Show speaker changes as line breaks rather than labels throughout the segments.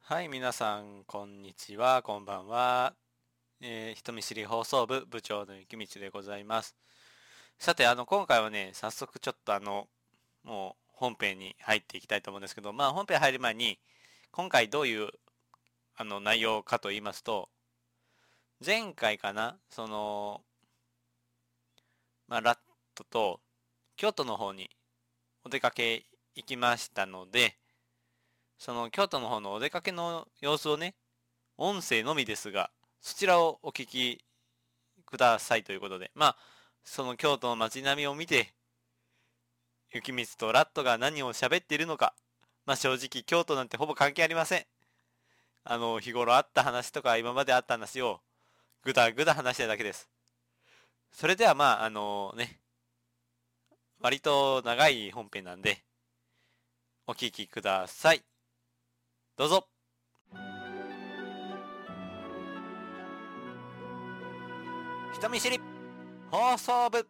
はい、皆さん、こんにちは、こんばんは。えー人見知り放送部部長の雪道でございます。さて、あの、今回はね、早速ちょっとあの、もう本編に入っていきたいと思うんですけど、まあ本編入る前に、今回どういう、あの、内容かと言いますと、前回かな、その、まあ、ラットと京都の方にお出かけ行きましたので、その京都の方のお出かけの様子をね、音声のみですが、そちらをお聞きくださいということで、まあ、その京都の街並みを見て、雪光とラットが何を喋っているのか、まあ正直京都なんてほぼ関係ありません。あの、日頃あった話とか今まであった話を、ぐだぐだ話しただけです。それではまあ、あのね、割と長い本編なんで、お聞きください。どうぞ人見知り放送部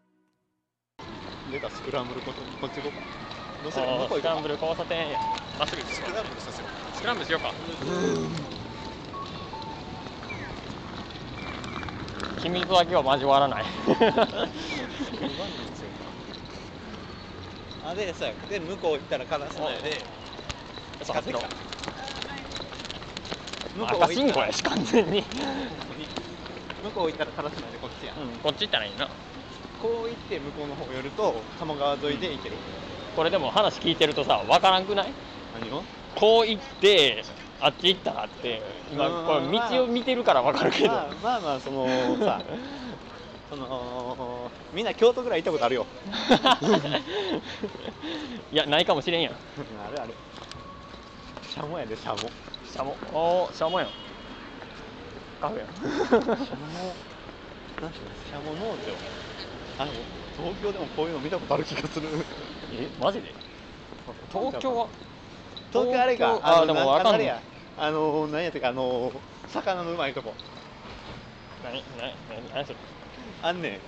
出たスクランブルことこっちごまどうせ
お
ど
ー
こ
ス
行こ
クラ
う
ンブル交差点やまっすぐ行く
スクランブルさせよ
スクランブルしようか秘密だけは交わらない
あでさで向こう行ったら悲しいんだよね
そう走ろう
向こう
赤
行
信
っ
号
たら
やし完全に、
向こう行ったらカラスなんでこっちやん
うん、こっち行ったらいいな
こう行って向こうの方寄ると鴨川沿いで行ける
これでも話聞いてるとさわからんくない
何を
こう行ってあっち行ったらって今
うん
これ道を見てるからわかるけど、
まあまあまあそのさそのみんな京都ぐらい行ったことあるよ
いやないかもしれんやん
あるあるシャモやでシャモ
シャモおーシャモやんカフェやん
シャモなんていうのシャモ農場あの東京でもこういうの見たことある気がする
えマジで東京は
東京あれか
東京あ
の
でも
な
わかん
あ
な
れ
い
やあの何やったかあの魚のうまいとこ
何何何何それ
あんねん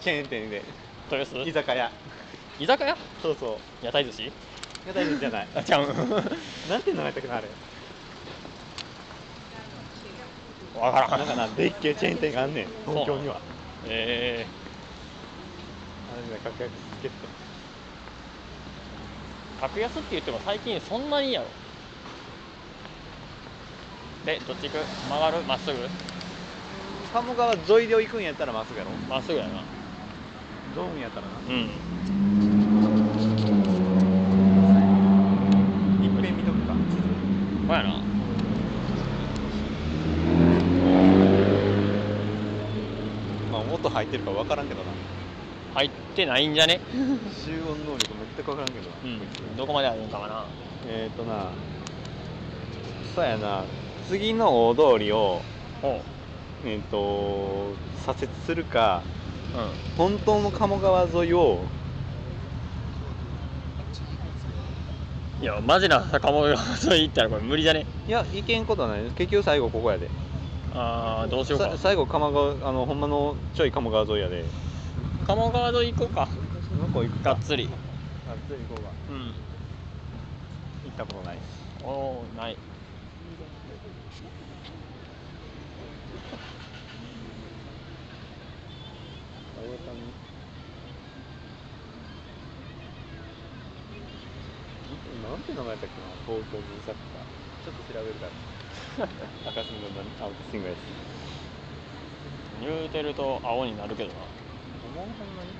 チェーン店で
豊洲
居酒屋
居酒屋
そうそう
屋台寿司
屋台じゃない
あちゃう
なんて名前やったっけなあれ
わから
なん
ん
かなでっけえチェーン店があんねん東京には
え
あれね格安チケッ
ー、格安って言っても最近そんなにいいやろでどっち行く曲がるまっすぐ
ト鴨川沿いで行くんやったらまっすぐやろ
まっすぐやな
ドームやったらな
うん
いっぺん見とくか
ほやな
まあ音入ってるか分からんけどな
入ってないんじゃね
集音能力めっちゃ分からんけどな、
うんどこまであるんかはな
えっ、ー、となそうやな次の大通りを
おう
えっ、と左折するか
うん
本当の鴨川沿いを
いやマジな坂本がそれ言ったらこれ無理じゃね
いや行けんことはない結局最後ここやで
ああどうしようか
さ最後鴨川あのほんまのちょい鴨川沿いやで
鴨川沿い行こうか
向こう行く
が
か
っつり
あっち行こうか
うん
行ったことないし
おおない
なんて名前やったっけな東京文作家ちょっと調べるから赤信号だね青信号やし
言うてると青になるけどな
もうほんまに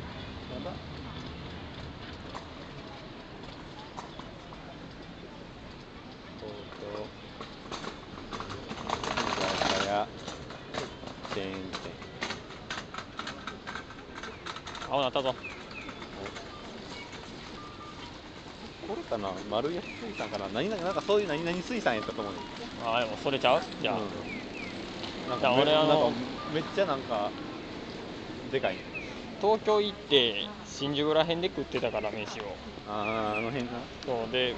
やば東京居酒屋チェーン店
青なったぞ
これかな丸安水産かな何々なんかそういう何々水産やったと思うね
ああでもそれちゃうじゃ
う
あ、
んなん
じゃ
か
あ
め
俺あの
なんかめっちゃなんかでかい
東京行って新宿ら辺で食ってたから飯を
あああの辺な
そうで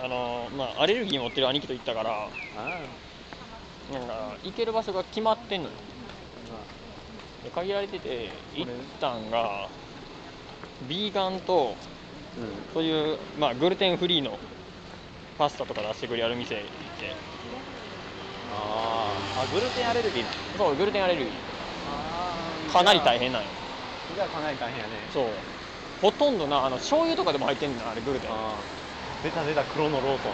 あのーまあアレルギー持ってる兄貴と行ったから
あ
なんか行ける場所が決まってんのよ
あ
で限られてて
これ
行ったんがビーガンと
うん
そういう、まあ、グルテンフリーのフパスタとか出してくれやる店行って
あーあグルテンアレルギーな
そうグルテンアレルギー
の
かなり大
変
変なんよ
じゃあかなり大変やね
そうほとんどなあの醤油とかでも入ってんのあれグルテン
あー出た出た黒のローソン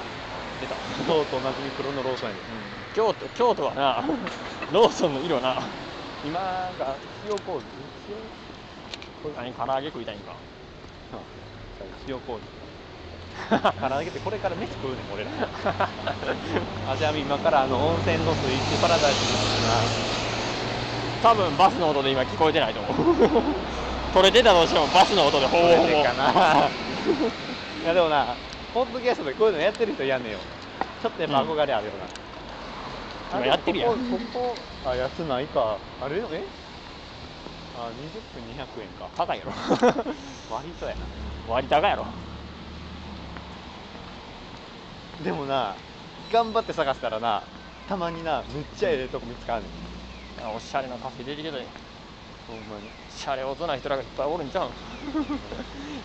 出た、
そうと 同じに黒のローソンやね
京都京都 はなローソンの色な
今が塩麹塩麹
何唐揚げ食いたいんか
塩麹唐揚げってこれから飯食うねん俺らあじゃあ今からあの温泉のスイッチパラダイスに行
多分バスの音で今聞こえてないと思う 取れてたとしてもバスの音でほぼほぼ
取れてかなくないやでもなポッドキャストでこういうのやってる人やんねんよちょっとやっぱ憧れあるよな、
うん今やってるやん
あでもここここあ安ないかあれえあ20分200円か
高いやろ
割りそうやな
割高やろ
でもな頑張って探したらなたまになむっちゃええとこ見つかんねん
あおしゃれなカフェ出てきたで
ほんまに
シャレ大人人らがいっぱいおるんちゃうん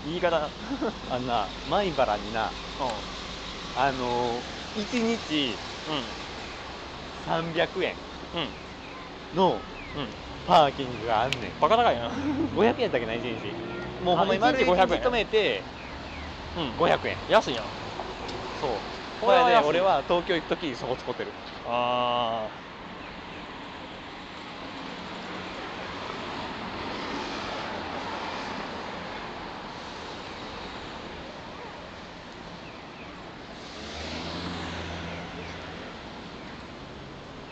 言い方な
あのな米原にな
う
あの1日
ん
300円
うんうん
の
うん
パーキングがあんねん
バカ高いなうん
500円だけない1日もうほんまに
あ
丸
一
一
日
日
500円
止めて500円
安いやん
そう
こ
こ
れ
れ
は
で
安い
俺は東京行く時にそこ使ってる
あ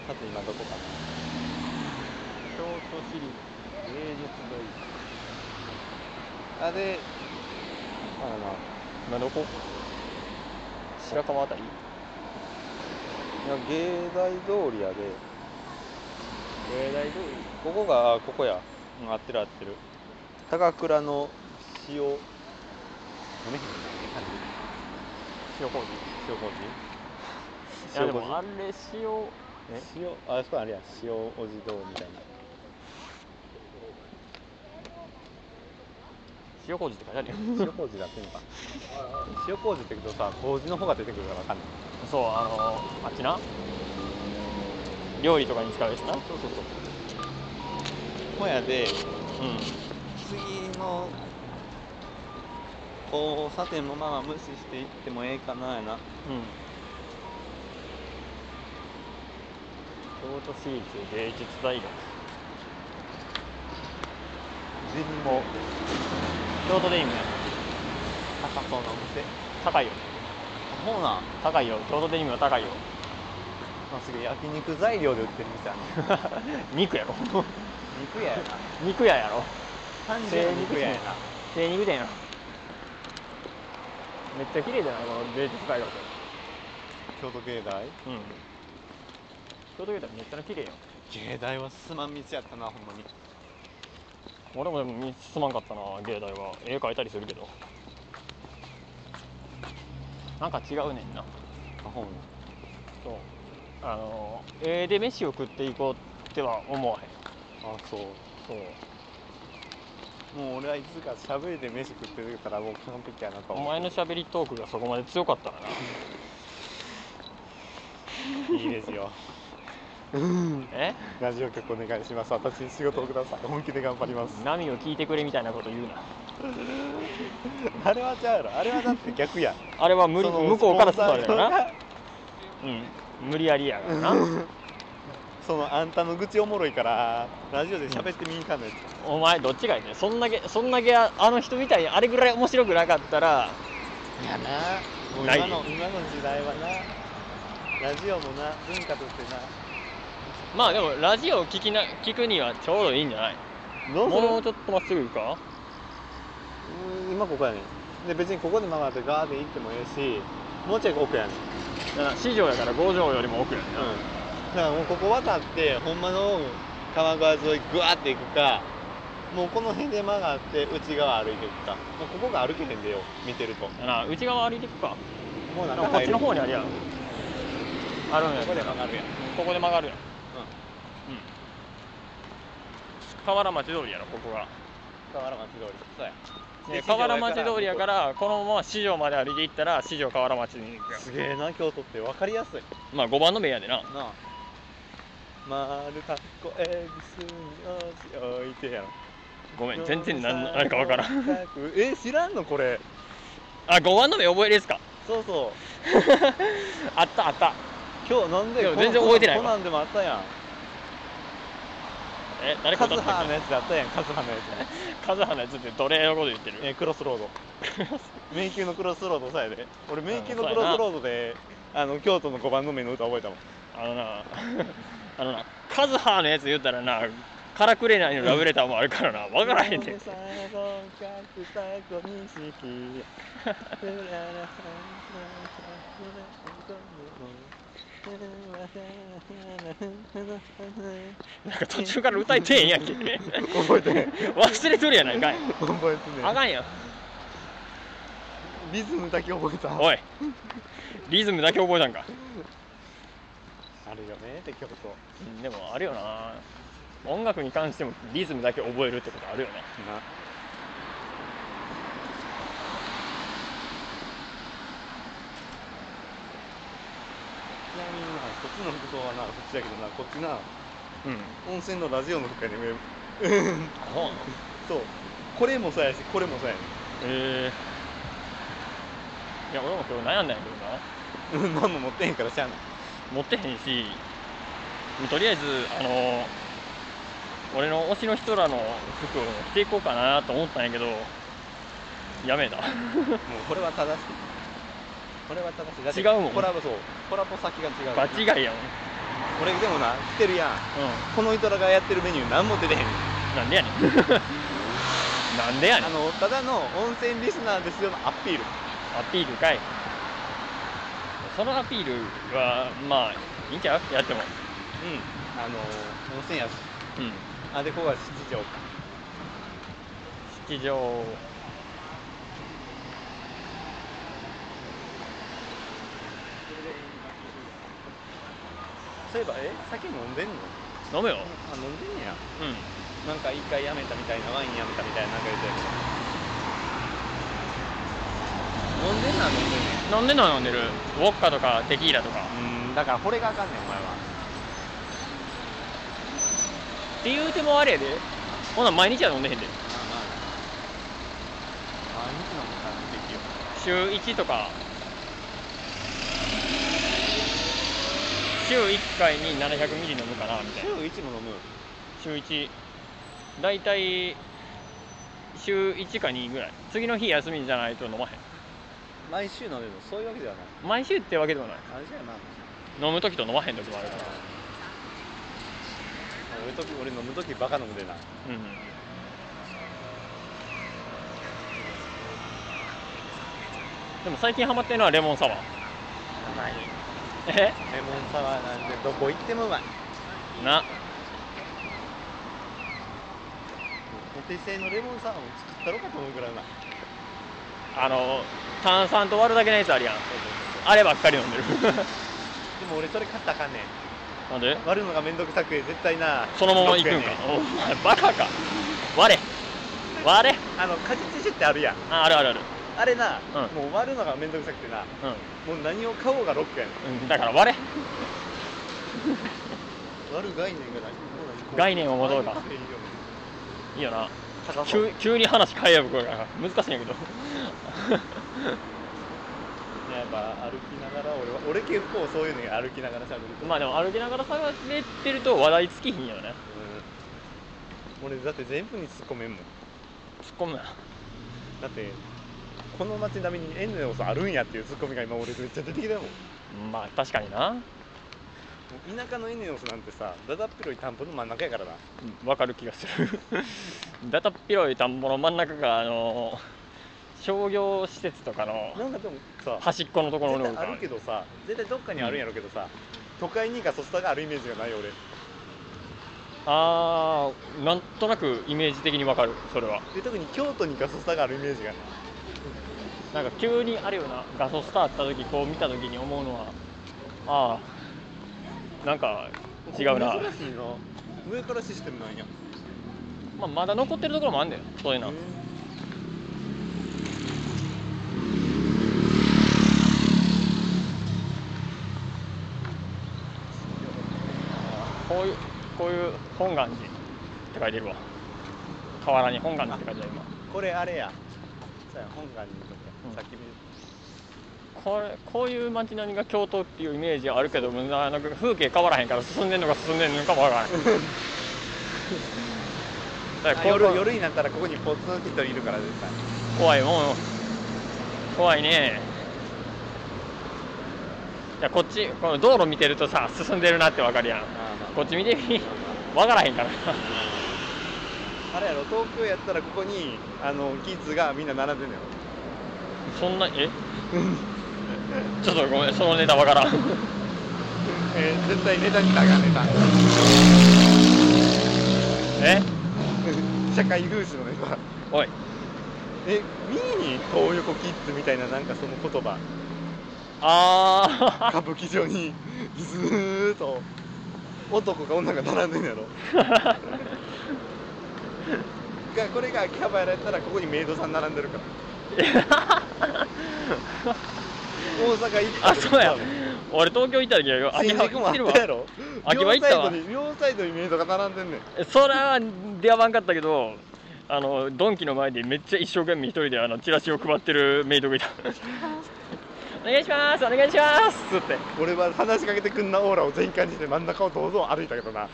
さて今どこかな京都市立芸術大学あであのな
今どこ白川あたり
いや芸大通りやで
芸大通り
ここがあここや、うん、合ってる合ってる高倉の塩飲めへん
塩麹
塩麹
いやでも
麹
あれ塩え
塩あそこあれや塩おじどうみたいな
塩麹って書いてあるよ
塩麹だってんのか塩麹って言うとさ麹の方が出てくるからわかんない
そうあのあっちな料理とかに使うやつな
そうそうそうほやで
うん
次の交差点もまあまあ無視していってもええかなやな
うん京都市立芸術大学
全も
京都でいいね
高そうなお店
高いよ
ほうなん
高いよ京都デニムは高いよ
まあ、すげえ焼肉材料で売ってる店あるね
肉やろ
肉屋やな
肉屋やろ
単純な肉屋やな
精肉店やろめっちゃ綺麗じゃないこの芸術大学
京都芸大
うん京都芸大めっちゃ綺麗よ
芸大はすまん店やったなほんまに
俺もでも見すまんかったな芸大は絵描いたりするけどなんか違うねんな
あほん
そうあの絵で飯を食っていこうっては思わへん
あそう
そう
もう俺はいつか喋りで飯食ってるからもう基本的やなと
お
思う
前の喋りトークがそこまで強かったらない
いです よ
え
ラジオ局お願いします私に仕事をください本気で頑張ります
波を聞いてくれみたいなこと言うな
あれはちゃうやろあれはだって逆や
あれは無理
その
向こうから
スポンサー
誘われたよなうん無理やりやからな
そのあんたの愚痴おもろいからラジオで喋ってみんかんのやつ
お前どっちがいいねそんだけそんだけああの人みたいにあれぐらい面白くなかったら
いやなもう
ない
今の今の時代はなラジオもな文化としてな
まあでもラジオを聞きな聞くにはちょうどいいんじゃない
どうする
もうちょっとまっすぐ行くか
うーん今ここやねんで別にここでママってガーデン行ってもええしもうちょい奥やねん
だから市場やから五条よりも奥やね
うんだからもうここ渡ってほんまの川川沿いグワーって行くかもうこの辺で曲がって内側歩いていくかもうここが歩けへんでよ見てると
だから内側歩いていくか
もう
で
なん
も
か
こっ
入
ち
る
の方にあるやんあるんや
ここで曲がるやん
ここで曲がるやん、うん河原町通りやろここが
河原町通りそうや
で河原町通りやからこのまま市場まで歩いて行ったら市場河原町に行くよ
すげえな京都って分かりやすい
まあ5番の目やで
な
な
あ丸かっこえびすにおしおいてやろ
ごめん全然何の何か分からん
え知らんのこれ
あ5番の目覚えですか
そうそう
あったあった
今日なんで
でも
こ
全然覚えてないわ
こんなんでもあったやん
え誰か
カズ
歌って
ハ
た
のやつであったやんカズハのやつ
カズハのやつって奴隷のこと言ってる
えークロスロー ド迷宮のクロスロードさやで俺迷宮のク
そうや
ロ
な
スロードであの京都の5番の目の歌覚えたもん
あのな あのなカズハのやつ言ったらなからくれないのラブレターもあるからな分からへんねんなんか途中から歌いてへんやんけ
覚えてへん
忘れとるやないかい
覚えてね
あかんやん
リズムだけ覚えた
おいリズムだけ覚えたんか
あるよねって曲と
うんでもあるよな音楽に関してもリズムだけ覚えるってことあるよね
なちなみになこっちの服装はなこっちだけどなこっちな
うん
温泉のラジオの服やね上
あそうなの
そうこれもそうやしこれもそうやね
えーいや俺も今日悩んだんやけ
う
どな
ん何も持ってへんからしゃあない
持ってへんしとりあえずあの俺の推しの人らの服を着ていこうかなと思ったんやけどやめた
もうこれは正しいこれは正しいだって
違うもん
コラボそうコラボ先が違う
場違いやもん
俺でもな来てるやん
う
この人らがやってるメニュー何も出てへん
んなんでやねん なんでやねん
あのただの温泉リスナーですよのアピール
アピールかいそのアピールはまあいいんちゃうやっても
うん、あの温泉やし、
うん
あでこが七条か。
式場
そういえば、え、酒飲んでんの。
飲むよ
あ、飲んでんねや。
うん
なんか一回やめたみたいな、ワインやめたみたいな、なんか言ってたけど。飲んでんな、飲んでんね
飲んでんのは飲んでるウォッカとかテキーラとか
ん。うん、だから、これがあかんねん、お前は。
って言うてもあれやでほな毎日は飲んでへんで
毎日飲むから、できよ。
週1とか週1回に700ミリ飲むかなみたいな
週一も飲む。
週1大体週1か2ぐらい次の日休みじゃないと飲まへん
毎週飲めるの、そういうわけではない。
毎週ってわけでもない
あれじゃな。
飲む時と飲まへん時もあるから
俺とき、俺飲むとき、バカ飲むでな。
うんでも最近ハマってるのはレモンサワーえ
レモンサワーなんて、どこ行ってもうまい。
な
お手製のレモンサワーを作ったろかと思うぐらいな。
あの炭酸と割るだけのやつあるやんあればっかり飲んでる
で も俺それ買ったらあかんねん
なんで
割るのがめんどくさくて絶対な
そのまま行くんかお前バカか割れ割れ
あの果実酒ってあるやん
ああるあるある
あれな、
う
もう割るのがめんどくさくてなもう何を買おうがロックやね
うん、うん、だから割れ
ん割る概念がないもう何こう
概念を持とうか
割るのがいいよね
いいよな
高そう
急急に話変えやぶから難しいんやけど
やっぱ歩きながら俺は俺結構そういうのに歩きながらしゃべる
まあでも歩きながら探してると話題尽きひんよね
うん俺だって全部に突っ込めんもん
突っ込むな
だってこの街並みに縁の要素あるんやっていうツッコミが今俺めっちゃ出てきたもん
まあ確かにな
田舎のエネオスなんてさだだっ広い田んぼの真ん中やからな
わかる気がするだたっ広い田んぼの真ん中があの商業施設とかの
なんかでもさ
端っこのところ
絶
に
対あるけどさ絶対どっかにあるんやろうけどさ、都会にかそしたがあるイメージがないよ俺
あーなんとなくイメージ的にわかるそれは
で特に京都にかそしたがあるイメージがない
なんか急にあれよなガソスターあった時こう見た時に思うのはああなんか違うな、
珍しいな上からシステムなんや
まあ、まだ残ってるところもあんだよそういうのは
へ
こういうこういう本願寺って書いてるわ河原に本願寺って書いてある今
これあれやそうや本願寺のとこや、
うん
さっき見
これこういう街並みが京都っていうイメージはあるけどなんか風景変わらへんから進んでんのか進んでんのかも わからへんだ
た
か
あ
らこ
夜
こ
夜になったらここにポツンって一人いるから絶対
怖いもん怖いねいやこっちこの道路見てるとさ進んでるなってわかるやんこっち見てみ わからへんから
あれやろ東京やったらここにあのキッズがみんな並んでんのよ
そんなえ ちょっとごめんそのネタわからん
えー絶対ネタにたがネタ
え
社会風刺のネタ
おい
えミーにこういう子キッズみたいななんかその言葉
あ
歌舞伎町にずーっと男か女が並んでんのやろ が
あ
これが秋葉原やったらここにメイドさん並んでるから 大阪行った
あ
時
そうや俺東京行った時は
新宿もあったやろ
秋葉行った
両サイド
わ
に両サイドにメイドが並んでんねん
それは出会わんかったけどあのドンキの前でめっちゃ一生懸命一人であのチラシを配ってるメイドがいた 「お願いしますお願いします」っつって
俺は話しかけてくんなオーラを全開にして真ん中をどうぞ歩いたけどな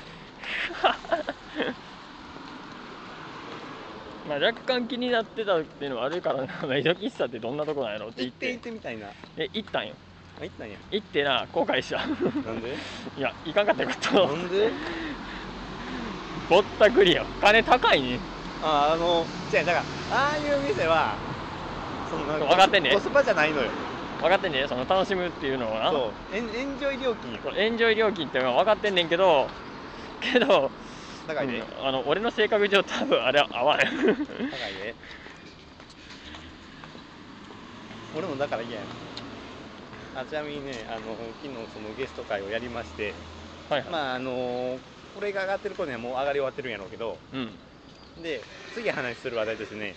まあ若干気になってたっていうのはあるからな メイド喫茶ってどんなとこなんやろって言
行っ
って
行っててみたいな
え行ったんよ
あ行ったんや
行ってな後悔した
なんで
いや行かんかったよかったわ
なんで
ぼったくりや金高いね
ああの違うだからああいう店はそのなん
分かってんね
コスパじゃないのよ
分かってんねその楽しむっていうのをな
そうエンエンジョイ料金よ
これエンジョイ料金っていうのは分かってんねんけどけど
高いね、
うんあの俺の性格上多分あれは合わない
高いね俺もだから嫌やなあちなみにねあの昨日そのゲスト会をやりまして
はいはい、
まああのこれが上がってる頃にはもう上がり終わってるんやろうけど
うんうん
で次話する話題としてね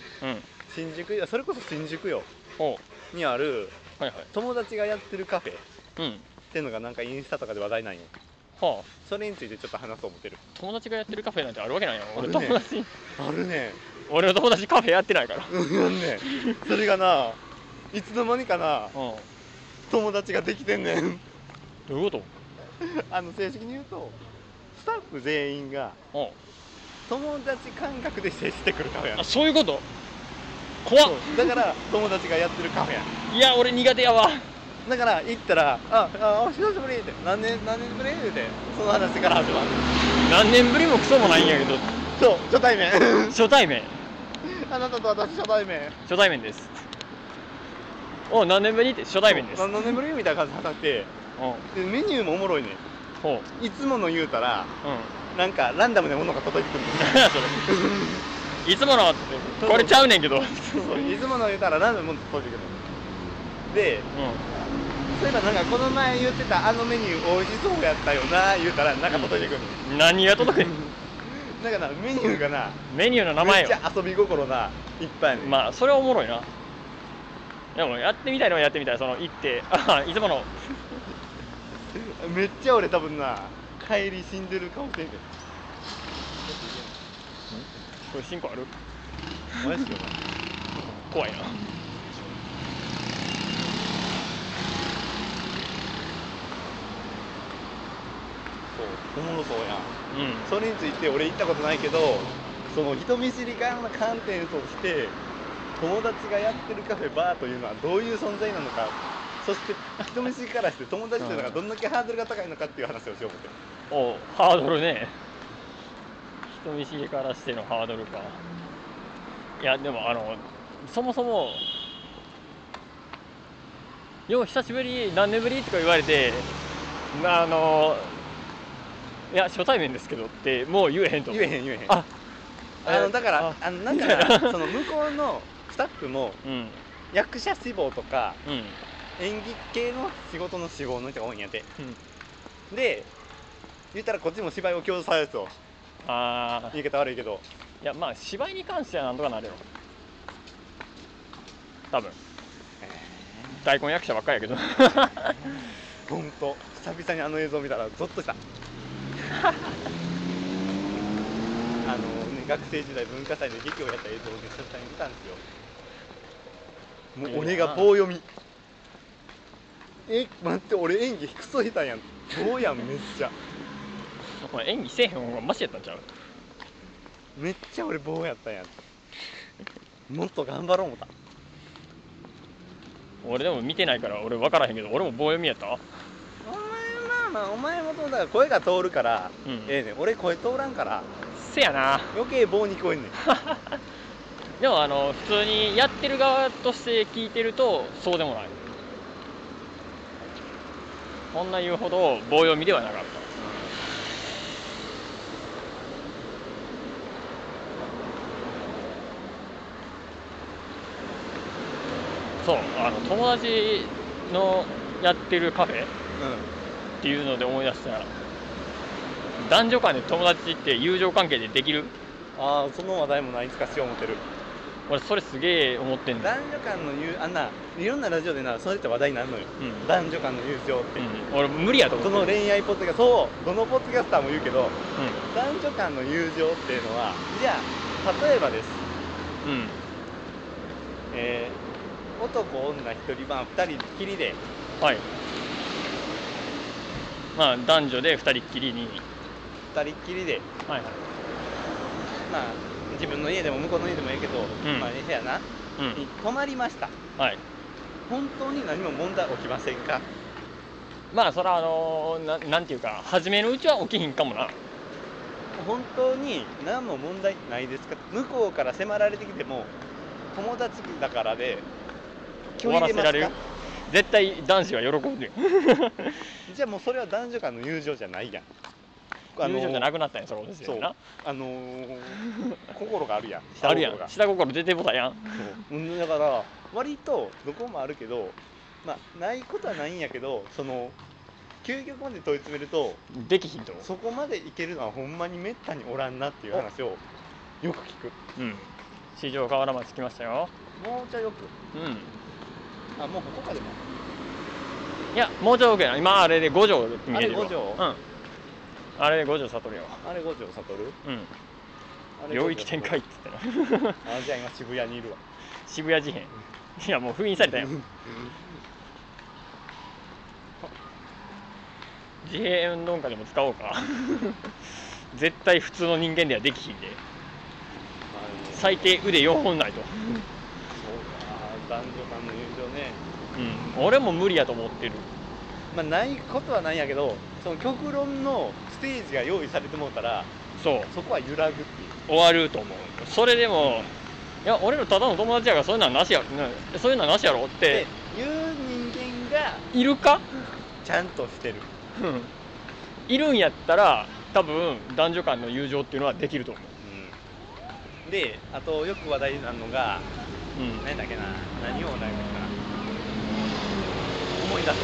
新宿いやそれこそ新宿よ
おう
にある
はいはい
友達がやってるカフェっ
うん
ていうのがなんかインスタとかで話題なんよ
はあ
それについてちょっと話そう思ってる
友達がやってるカフェなんてあるわけないよ俺
あるね
友達
あるね
俺の友達カフェやってないから
うんあんねそれがないつの間にかな
うんど
友達ができてんねん
ういうこ
あの正式に言うとスタッフ全員が
とうん
友達感覚で接してくるカフェやね
あ
ん
そういうこと怖っ
そうだから友達がやってるカフェやね
いや俺苦手やわ
んだから行ったら「ああお久しぶり」って「何年何年ぶり?」ってその話から始まる
何年ぶりもクソもないんやけど
そう初対面
初対面
あなたと私初対面
初対面ですおう何年ぶりって初対面です
そうう何年ぶりみたいな感じで話して
ん
でメニューもおもろいね
ほうん
いつもの言うたら
うん
なんかランダムなものが届いてくるん ですよ
何やそれいつものこれちゃうねんけどうん
そうそういつもの言うたらランダムなものが届いてくるでそういえばなんかこの前言ってたあのメニュー美味しそうやったよな言うたらなんか届いてくるの
何が届くねん
だからメニューがな
メニューの名前
めっ
よ
ちゃ遊び心ないっぱいやねん
まあそれはおもろいなでもやってみたいのはやってみたいその行ってあいつもの
めっちゃ俺多分な帰り死んでる顔してんけど
これ進行ある
マジで
怖いな
そうおもろそうやん
う
それについて俺行ったことないけどその人見知りが観点として友達がやってるカフェバーというのはどういう存在なのかそして人見知りからして友達というのがどんだけハードルが高いのかっていう話をしよう思って
んおうハードルね人見知りからしてのハードルかいやでもあのそもそもよう久しぶり何年ぶりとか言われてあのいや初対面ですけどってもう言えへんと思う
言えへん言えへん
あ
あのだから
あ
あのなんかなその向こうのスタッフも
うん
役者志望とか
うん
演技系の仕事の志望の人が多いんやてで言ったらこっちも芝居を強制されると
ああ
言い方悪いけど
いやまあ芝居に関してはなんとかなるよ多分大根役者ばっかりやけど
ほんと久々にあの映像見たらゾッとした あのね、学生時代文化祭で劇をやった映像をね久々に見たんですよもう俺が棒読みえ待って俺演技クソ下手やん棒やんめっちゃ
お前演技せえへん方がマシやったんちゃう
めっちゃ俺棒やったやんもっと頑張ろう思った
俺でも見てないから俺分からへんけど俺も棒読みやった
お前まあまあお前もともとだから声が通るから
うん
ええねん俺声通らんから
せやな
余計棒に聞こえんねん
でもあの普通にやってる側として聞いてるとそうでもないこんな言うほど棒読みではなかったそうあの友達のやってるカフェっていうので思い出したら男女間で友達って友情関係でできる
ああその話題もないつかしよう思ってる
俺それすげえ思ってんだ、
男女間の友あんないろんなラジオでなそれって話題になるのよ
うんうん
男女間の友情って、
俺無理やと思
ど
う、
の恋愛ポッドキャストそうどのポッドキャスターも言うけど
う
男女間の友情っていうのはじゃあ例えばです、
んうん、
えー男女一人晩二人きりで
はいまあ男女で2人っきりに
二人きりで
はいはい
まあ自分の家でも向こうの家でもいいけど、
ん
まあええやな、
うん
に泊まりました
はい
本当に何も問題起きませんか
まあそれはあのーななんていうか初めのうちは起きひんかもな
本当に何も問題ないですか向こうから迫られてきても友達だからで
終わらせられる絶対男子は喜ぶよ
じゃあもうそれは男女間の友情じゃないやん
友情じゃな
く
くなったんやそれですよな
あの ー心があるやん
あるやん
下心が
下心出てもたやん
そううんだから割とどこもあるけどまあないことはないんやけどその究極まで問い詰めると
できひんと
そこまでいけるのはほんまにめったにおらんなっていう話をよく聞く
うん市場河原町来ましたよ
もうちょいよく
うん
あもうここかでも
いやもうちょい奥やな今あれで五条見えてるわ
あれ五条
うんあれで五条悟るよ
あれ五条悟
うん
あれ
領域展開っつってな
あじゃあ今渋谷にいるわ
渋谷事変いやもう封印されたよ自閉運動会でも使おう か絶対普通の人間ではできひんで最低腕4本ないと、
そうか男女間の友情ね
うん、俺も無理やと思ってる
まあないことはないんやけどその極論のステージが用意されてもうたら
そう
そこは揺らぐっていう
終わると思うそれでも、いや俺のただの友達やからそういうのはなしやなそういうのはなしやろっ
で
て
言う人間が
いるか
ちゃんとしてる
うんいるんやったら多分男女間の友情っていうのはできると思う、
であとよく話題になるのが
うん
何だっけな何を話題になるかな思い出す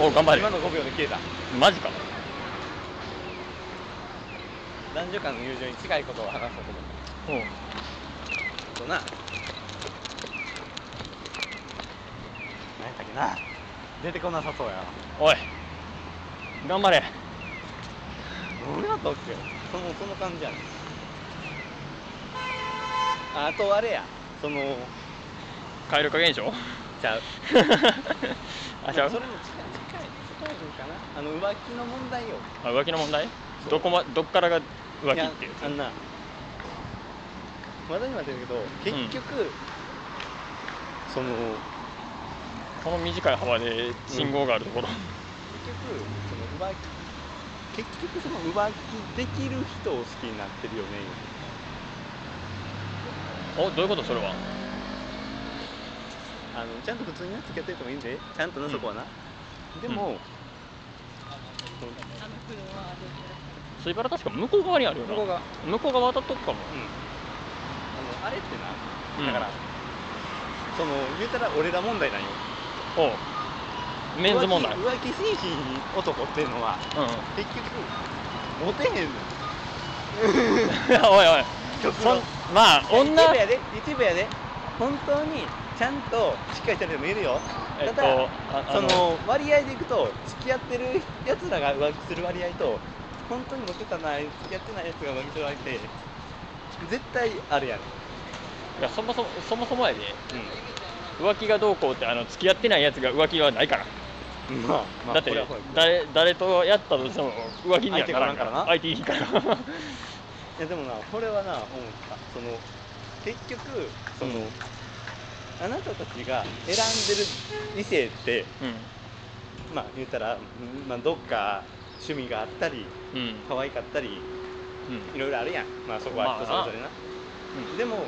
お頑張
わ
れ
今の5秒で消えた
マジか
男女間の友情に近いことを話そうと思っ
うん
たけどな何だっけな出てこなさそうやな
おい頑張れ
どうやったっけそのその感じやねああとあれやその
蛙化現象
ちゃう
あちゃう
それも近い近い近いのかなあの浮気の問題よ
あ浮気の問題
そう
どこまどっからが浮気
や
っていう
あんな話題には出るけど結局、その
この短い幅で信号があるところ、
結局その浮気結局その浮気できる人を好きになってるよね
おどういうことそれは
あのちゃんと普通にな付き合ってる人もいいんでちゃんとなそこはな、でも、
水原確か向こう側にあるよな
そこが、
向こう側渡っとくかも
うん、あのあれってな
うん
だから、その言うたら俺ら問題なんよ
おうメンズ問題う
浮
ん
気浮気精神男っていうのは結局モテへんねん
おいおい
極
そ
論
んまあ女
一部やで一部やで本当にちゃんとしっかりした人もいるよ
えったと
だ
ああ
その割合でいくと付き合ってるやつらが浮気する割合と本当にモテたなあいつやってないやつが負け取られて絶対あるやん、
いやそもそもそもそもやで
う
浮気がどうこうってあの付き合ってないやつが浮気はないから、
ん、まあ、まあ、
だって
これはそうやけど
誰誰とやったとしても浮気にはならんから
相
相手いいからう
いやでもなこれはな思ったその結局その、
うん
あなたたちが選んでる異性ってまあ言ったら、うんまあ、どっか趣味があったり
んうん
可愛かったり
う
い
ん
ろいろあるやんまあそこは人それぞれな、でも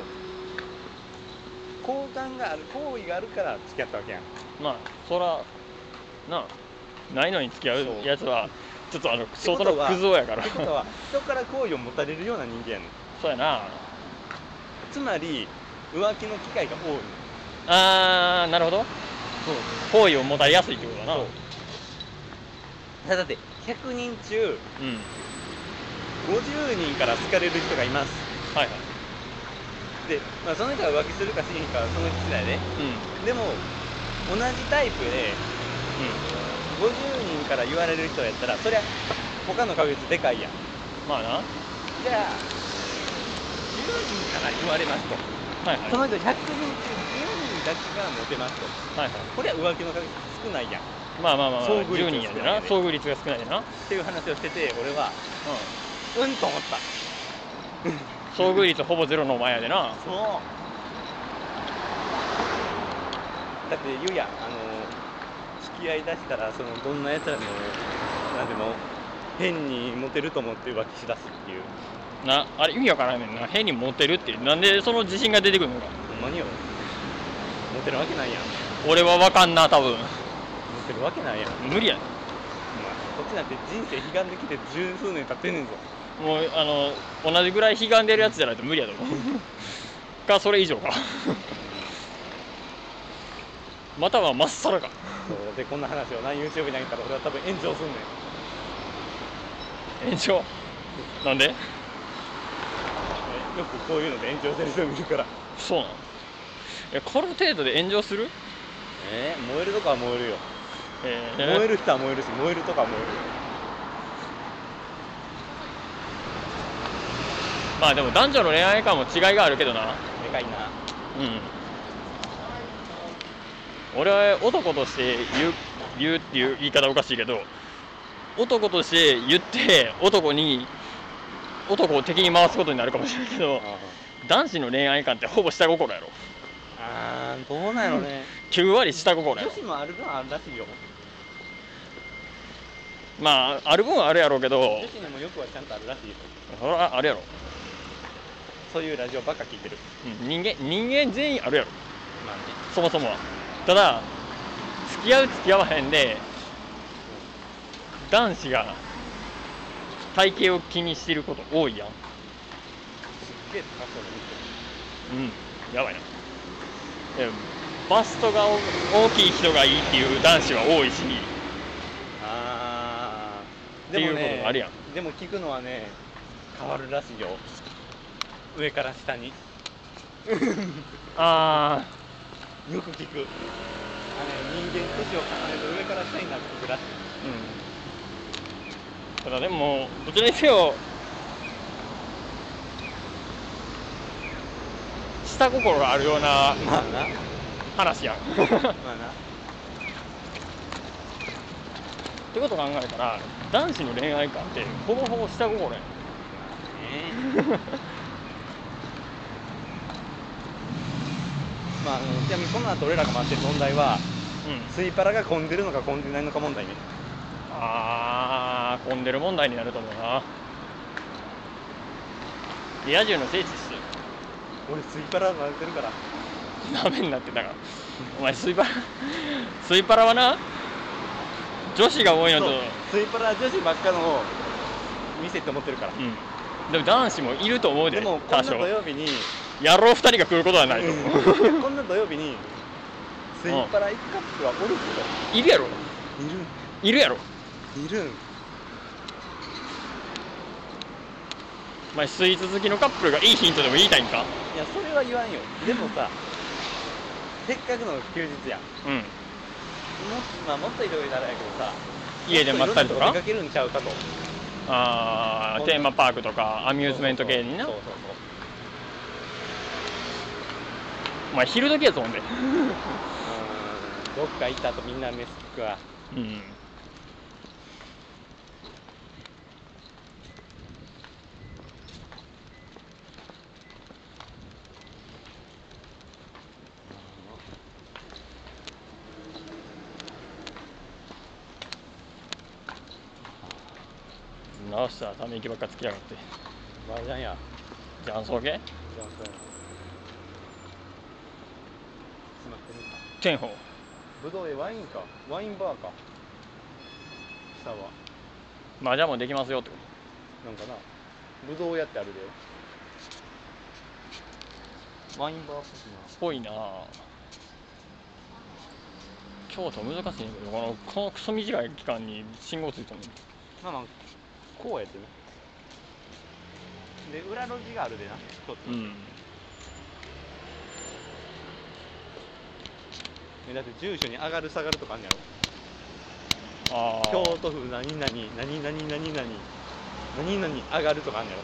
好感がある好意があるから付き合ったわけやん
まあそらなあないのに付き合
そう
うやつはちょっとあの
てこ
相
と
当
は
のクズ男やから
ってこと は人から好意を持たれるような人間やねん
そうやな
つまり浮気の機会が多い
あーなるほど
そう
好意を持たれやすいってことだな
そうだって100人中
うん
50人から好かれる人がいます
はいはい
で、まあ、その人が浮気するかしないかはその人次第で
うんうん
でも同じタイプで50人から言われる人やったらそりゃ他の確率でかいやん
まあなは
じゃあ10人から言われますと
いはい
そ
は
の人100人中10人だけがモテますと
いはい
これは浮気の確率少ないやんっ
まあまあまあ、まあ、
遭遇率
10人やでな
が少
遭遇率が少ないでな、うん、
ていう話をしてて俺はうんと思った
遭遇率ほぼゼロのお前やでな
そうだって言うやんあの付き合いだしたらそのどんなやつらでも何でも変にモテると思って浮気しだすっていう
なあれ意味わからんねんな変にモテるってなんでその自信が出てくるのか
ほんまによモテるわけないやん
俺はわかんな多分
モテるわけないやん、ま
無理やね
あ、こっちなんて人生悲願できて十数年経ってんねんぞ
もうあの同じぐらい悲願でるやつじゃないと無理やと思う かそれ以上かまたはまっさらか
そうでこんな話をな YouTube にあげたら俺は多分炎上すんねん
延長なんで
えよくこういうので炎上する人見るから
そうなのえこの程度で炎上する、
えー、燃えるとかは燃えるよ、
えー
燃える人は燃えるし燃えるとかは燃える
まあでも男女の恋愛観も違いがあるけどな
でかいな
うん俺は男として言う言うっていう言い方おかしいけど男として言って男に男を敵に回すことになるかもしれないけど男子の恋愛観ってほぼ下心やろ
あーどうなのね
9割下心や
女
ろ
子もあるのはあるらしいよ
まあある分はあるやろうけど
女子にもよくはちゃんとあるらしいよ
それはあるやろ、
そういうラジオばっか聞いてる
うん、人間人間全員あるやろ
まあね
そもそもはただ付き合う付き合わへんで男子が体型を気にしてること多いやんう
すっげえ高そうなの見てる
んやばいなえバストが大きい人がいいっていう男子は多いし
あー
っていうことがあるや
んでも聞くのはね変わるらしいよ上から下に
あ
よく聞くあの人間年を重ねると上から下になってくるらしい
あうんただでもどちらにせよ下心があるような
まあな
話やん
まあな
ってことを考えたら男子の恋愛観ってほぼほぼ下心やん
まあ、あのちなみにこの後俺らが待ってる問題は
うん
スイパラが混んでるのか混んでないのか問題ね
あー混んでる問題になると思うなリア充の聖地っすよ
俺スイパラ混ぜてるから
ダメになって たからお前スイパラスイパラはな女子が多いのと
そうスイパラ女子ばっかの店って思ってるから
うんでも男子もいると思うで
でもこん
多
な
少
土曜日に
野郎2人が来ることは ないと思う
いやこんな土曜日にスイパラ一カップはおるけ
いるやろ
どい
いるやろ
るいる
お前スイーツ好きのカップルがいいヒントでも言いたいんか
いやそれは言わんよでもさせっかくの休日やんも,、
うん
まあ、もっといろいろならやけどさ
家でまったりと
も
か
っいろんなとこ出かけるんちゃうかと
あーテーマパークとかアミューズメント系にな
そうそうそう
お前昼時やぞほんで
うんどっか行った後みんな飯食くわ
うんなしたため息ばっかつきやがって
麻雀や
じゃあそうけ
じゃあそうやスマホ見た
天保
ぶどうえワインかワインバーか下は
まあじゃあもうできますよってこ
なんかなぶどう屋ってあるでワインバーっぽ
とぽいなあ京都難しいんやけどこのこのクソ短い期間に信号ついたの
くなまあまあこうやってねで裏路地があるでな一つ
うん
えだって住所に上がる下がるとかあんねやろ
ああ
京都府何々何々何々何々上がるとかあんねや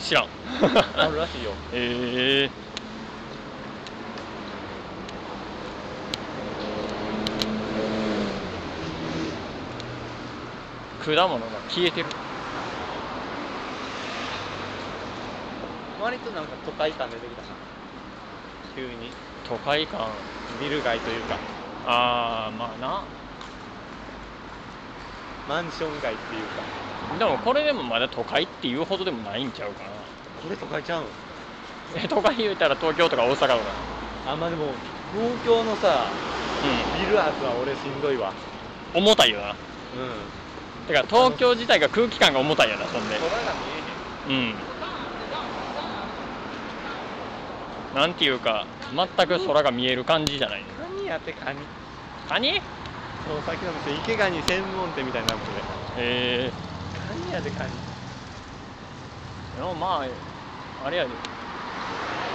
知ら ん
ろあるらしいよ
ええ果物が消えてる
割となんか都会感出てきたな急に
都会感
ビル街というか
ああまあな
マンション街っていうか
でもこれでもまだ都会っていうほどでもないんちゃうかな
これ都会ちゃうん
え都会言うたら東京とか大阪とか
あまあでも東京のさビルアーツは俺しんどいわ
うん重たいよな
うん
てか東京自体が空気感が重たいよなそんで
空が見
うんなんていうか全く空が見える感じじゃない
えへん何やってカニ
カニ
そうさっきの店池ガニ専門店みたいになるもんね
え
カニやでカニ
ー、でもまああれやで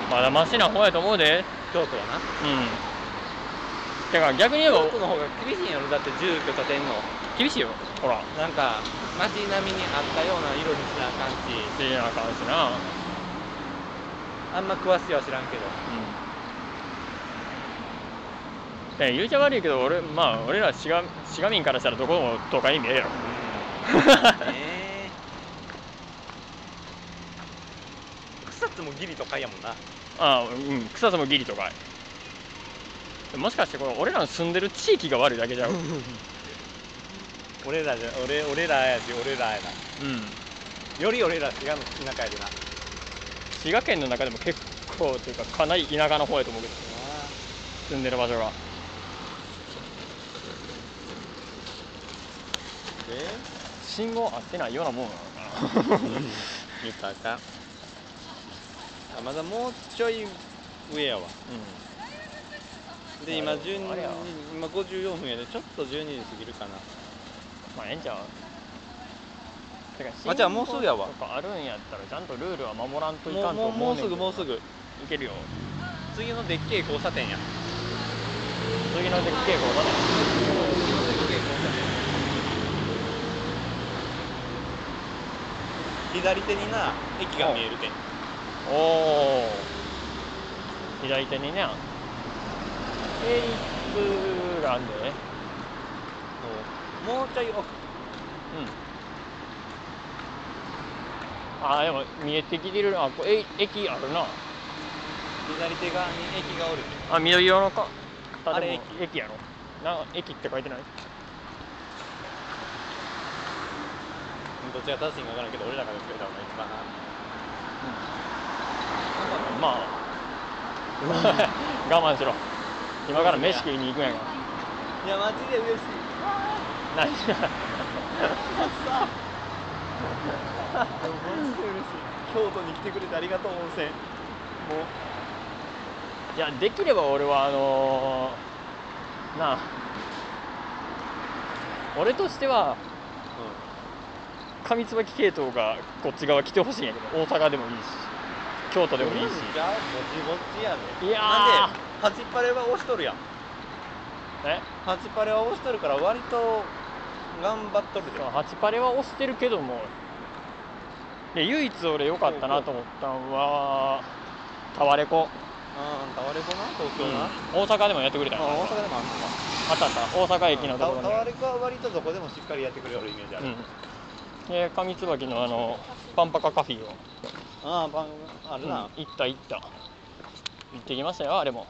まだマシな方やと思うで
京都はな
うんてか逆に言えば
京都の方が厳しいんやろだって住居建てんの
厳しいよほら
なんか街並みに合ったような色にしなあかんし
せえな感じな
あんま詳しいは知らんけど
うんで言うちゃ悪いけど俺まあ俺ら滋賀滋賀民からしたらどこも都会に見えるやろ
え草津もギリとかやもんな
ああうん草津もギリとかもしかしてこれ俺らの住んでる地域が悪いだけじゃううん
俺らじゃ俺俺らやし俺らやなより俺ら違うの田舎やでな
滋賀県の中でも結構というかかなり田舎の方やと思うけど住んでる場所が
で
信号合ってないようなもん なのかな
言ったらあかんあまだもうちょい上やわで今
あれ
12
あれや
今54分やでちょっと12時過ぎるかな
まあええんちゃうてか
あじゃあもうすぐやわ
信号とかあるんやったらちゃんとルールは守らんとい
も
かん
う
と
もうも
思う
う
ねん
す
け
ぐ
どな
もうすぐ
いけるよ
次のでっけえ交差点や
次のでっけえ子だね
左手にな駅が見えるで
おお左手にねテープがあんでね
もうちょい奥
うんあーでも見えてきてるなあこえ駅あるな
左手側に駅がおるで
あ緑色のか
あれ
建物駅やろな駅って書いてない
どっちが正しいか分からんけど俺らから作れた方がいいかな
まあ 我慢しろ今から飯食いに行くんやか
いやマジで嬉しい
ら何
でもマジで嬉しい京都に来てくれてありがとう温泉もう
いやできれば俺はあのーなあ俺としては上椿系統がこっち側来てほしいんやけど大阪でもいいし京都でもいいし
じゃあぼちぼちやで
いやー
なんでハチパレは押しとるやん
え
ハチパレは押しとるから割と頑張っとるで
ハチパレは押してるけどもで唯一俺良かったなと思ったのはタワレコ、
ああタワレコな東京な、あ
大阪でもやってくれたのかな
大阪でもあんのか
あったあった大阪駅のところ
タ
に、
ワレコは割とどこでもしっかりやってくれるイメージある、
うん、で上椿のあのパンパカカフェを、
ああ番あ
う
る
ん、
な、
行った行った行ってきましたよあれも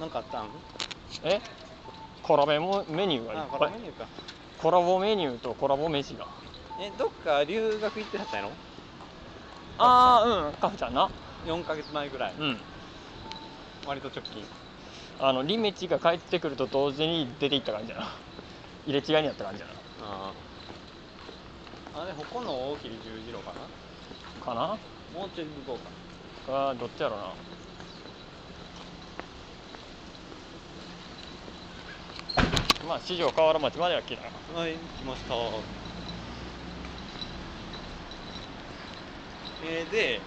なんかあったん
えコラボメニューがいっ
あこ
ぱ
れ
い
メニューか
コラボメニューとコラボ飯が
えどっか留学行ってはったんやろ
ああうんカフちゃんな
4ヶ月前ぐらい
うん
割と直近
あのリメチが帰ってくると同時に出ていった感じやな入れ違いになった感じやな
ああれここの大桐十字路かな
かな
もうちょい向こうか
あーどっちやろうなまあ四条河原町までは来たな
はい、来ました。えー、で、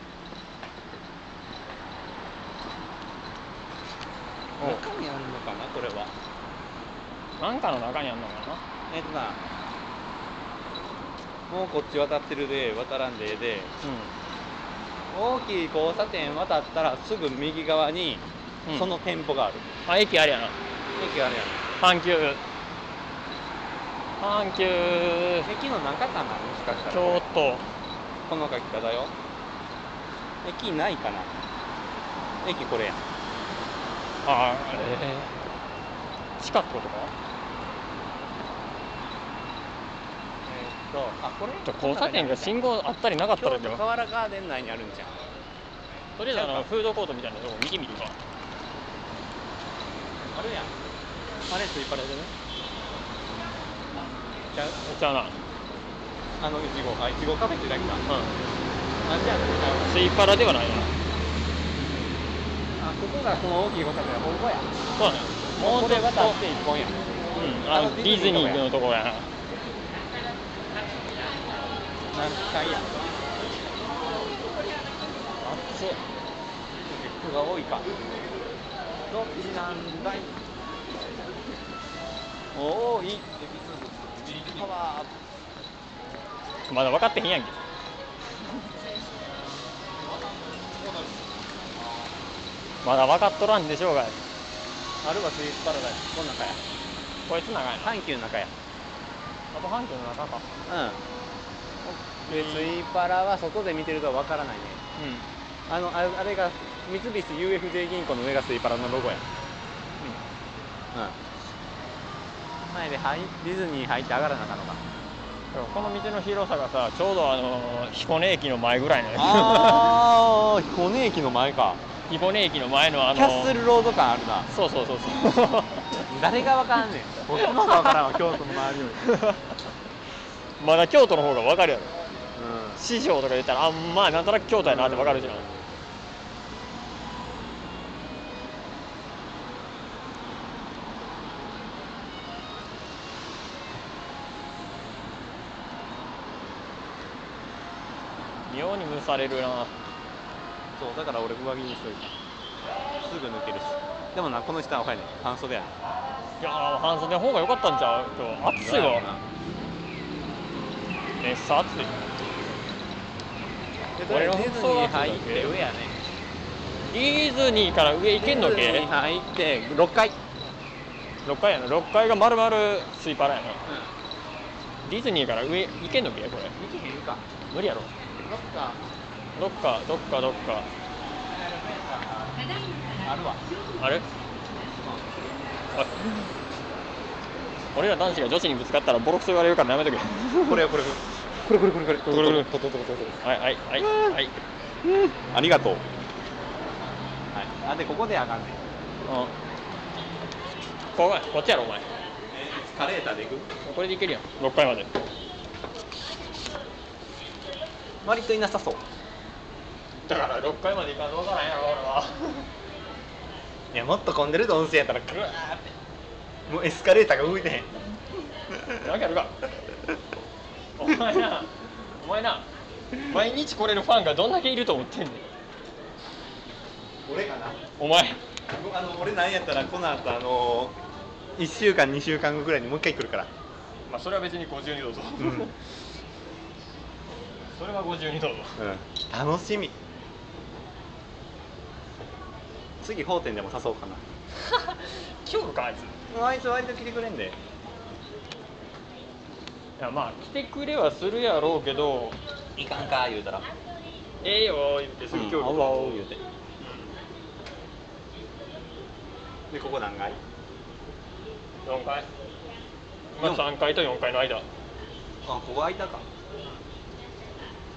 おう
中にあるのかな、これは。
なんかの中にあんのか
えっ、とな、もうこっち渡ってるで、渡らんでええで、大きい交差点渡ったらすぐ右側に、
なうん、
その店舗がある。
あ駅あれやな
駅あるや
阪急阪急
ん。駅の中かな、もしかしたら。
京都
この書き方よ。駅ないかな。駅これやん。
ああえー、近くとか
えーっと、あ、これ
ちょ交差点が信号あったりなかった
京
ら
都
でも
河原ガーデン内にあるんじゃん。
とりあえずあのフードコートみたいなとこ見てみるか
あるやん。あれ、スイパラじゃねじゃ
じゃあな、うん、
あ、あの、いちご。あ、いちごカフェってだけだ。あ、じゃあ、
スイパラではないな
あ、ここがその大きい交差点だ。ここや。
そうだねも
こ
う
れ
ちょっと
渡って一本や。
うん、あのディズニーのとこやな
何回や。
あっち
人が多いか。どっちなんだい多い。パワーアップ。
まだ分かってへんやんけまだ分かっとらんでしょうが
あるはスイーツパラダイス。この中や。
こいつ長いな
阪急の中や。
あと阪急の中か
うん。で、ツイパラは外で見てるとわからないね。
うん
あの、ああれが、三菱 UFJ 銀行の上がスイパラのロゴや。うん。前で入ディズニー入って上がらなあかんのか。
でもこの道の広さがさちょうどあの彦根駅の前ぐらいの
ああ、彦根駅の前か。
彦根駅の前のあの
キャッスルロード感あるな。
そうそうそうそう
誰がわからんねん。僕の方がわからん わ、京都の周りより。
まだ京都の方が分かるやろ
うん。
四条とか言ったらあんまあなんとなく京都やなって分かるじゃん妙に蒸されるな
そう、だから俺上着にしといた。すぐ抜けるし。でもな、この下は若いね。半袖やな。
いやー半袖の方が良かったんちゃう今日暑いわめっさ暑い
で
俺の
ディズニー入って上やね。
ディズニーから上行けんの
ディズ
け
ニー入って6階。
6階やな6階が丸々スイパラやなディズニーから上行けんのけこれ
見てへんか。
無理やろ
どっか
どっかどっかどっか
あるわ。
あれあ俺ら男子が女子にぶつかったらボロクソ言われるからやめとけ
これこれこれこれこれこれこ
これ
とととととと
はいはいはいはい、うん、
ありがとう。はい。あでここで上がんねん。
ここやこっちやろお前
エスカレーターで行く？
これでいけるやん6階まで
割といなさそう。
だから6階まで行かんとわからんやろ俺はい
やもっと混んでると温泉やったらぐわーって。もうエスカレーターが動いてへん。
わけあるかお前なお前な毎日来れるファンがどんだけいると思ってんねん
俺かな。
お前
あの俺なんやったらこの後あの一週間二週間後ぐらいにもう一回来るから。
まあそれは別に52度と、
うん
それは52度
うん、楽しみ次法店でも誘おうかな
今日かあいつい
もうあいつ割と来てくれんで
やまあ来てくれはするやろうけど
いかんか言うたら
ええよ言ってすぐ今日
うん、あわお言うてでここ何階
4階まあ3階と4階の間3
あここ空いたか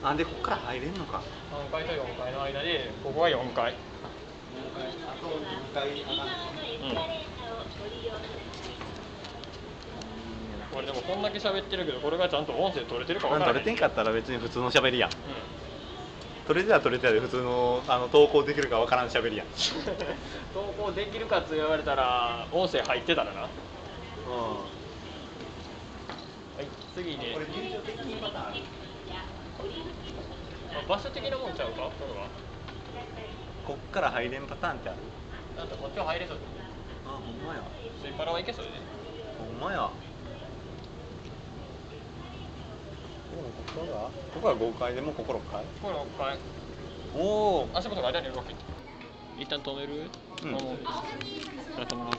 あでこっから入れんのか
階と4階の間でここは4階
あと2階上がる
これでもこんだけ喋ってるけどこれがちゃんと音声取れてるか分
なん
から
取れ
ない
てんかったら別に普通の喋りやん
う
取れてたら取れてたで普通のあの投稿できるかわからん喋りやん
ん 投稿できるかって言われたら音声入ってたらなはい次に、ま
入場できんパターンある
あ場所的なもんちゃうかこれは
こっから入れんパターンってある
なんかこっちは入れそう
あほんまや
スイパラはいけそうでね
ほんまやでもここがここが5階でもうここ6階
これ6階
おお
足元が間に動き一旦止める、
うん
あもうやってもらって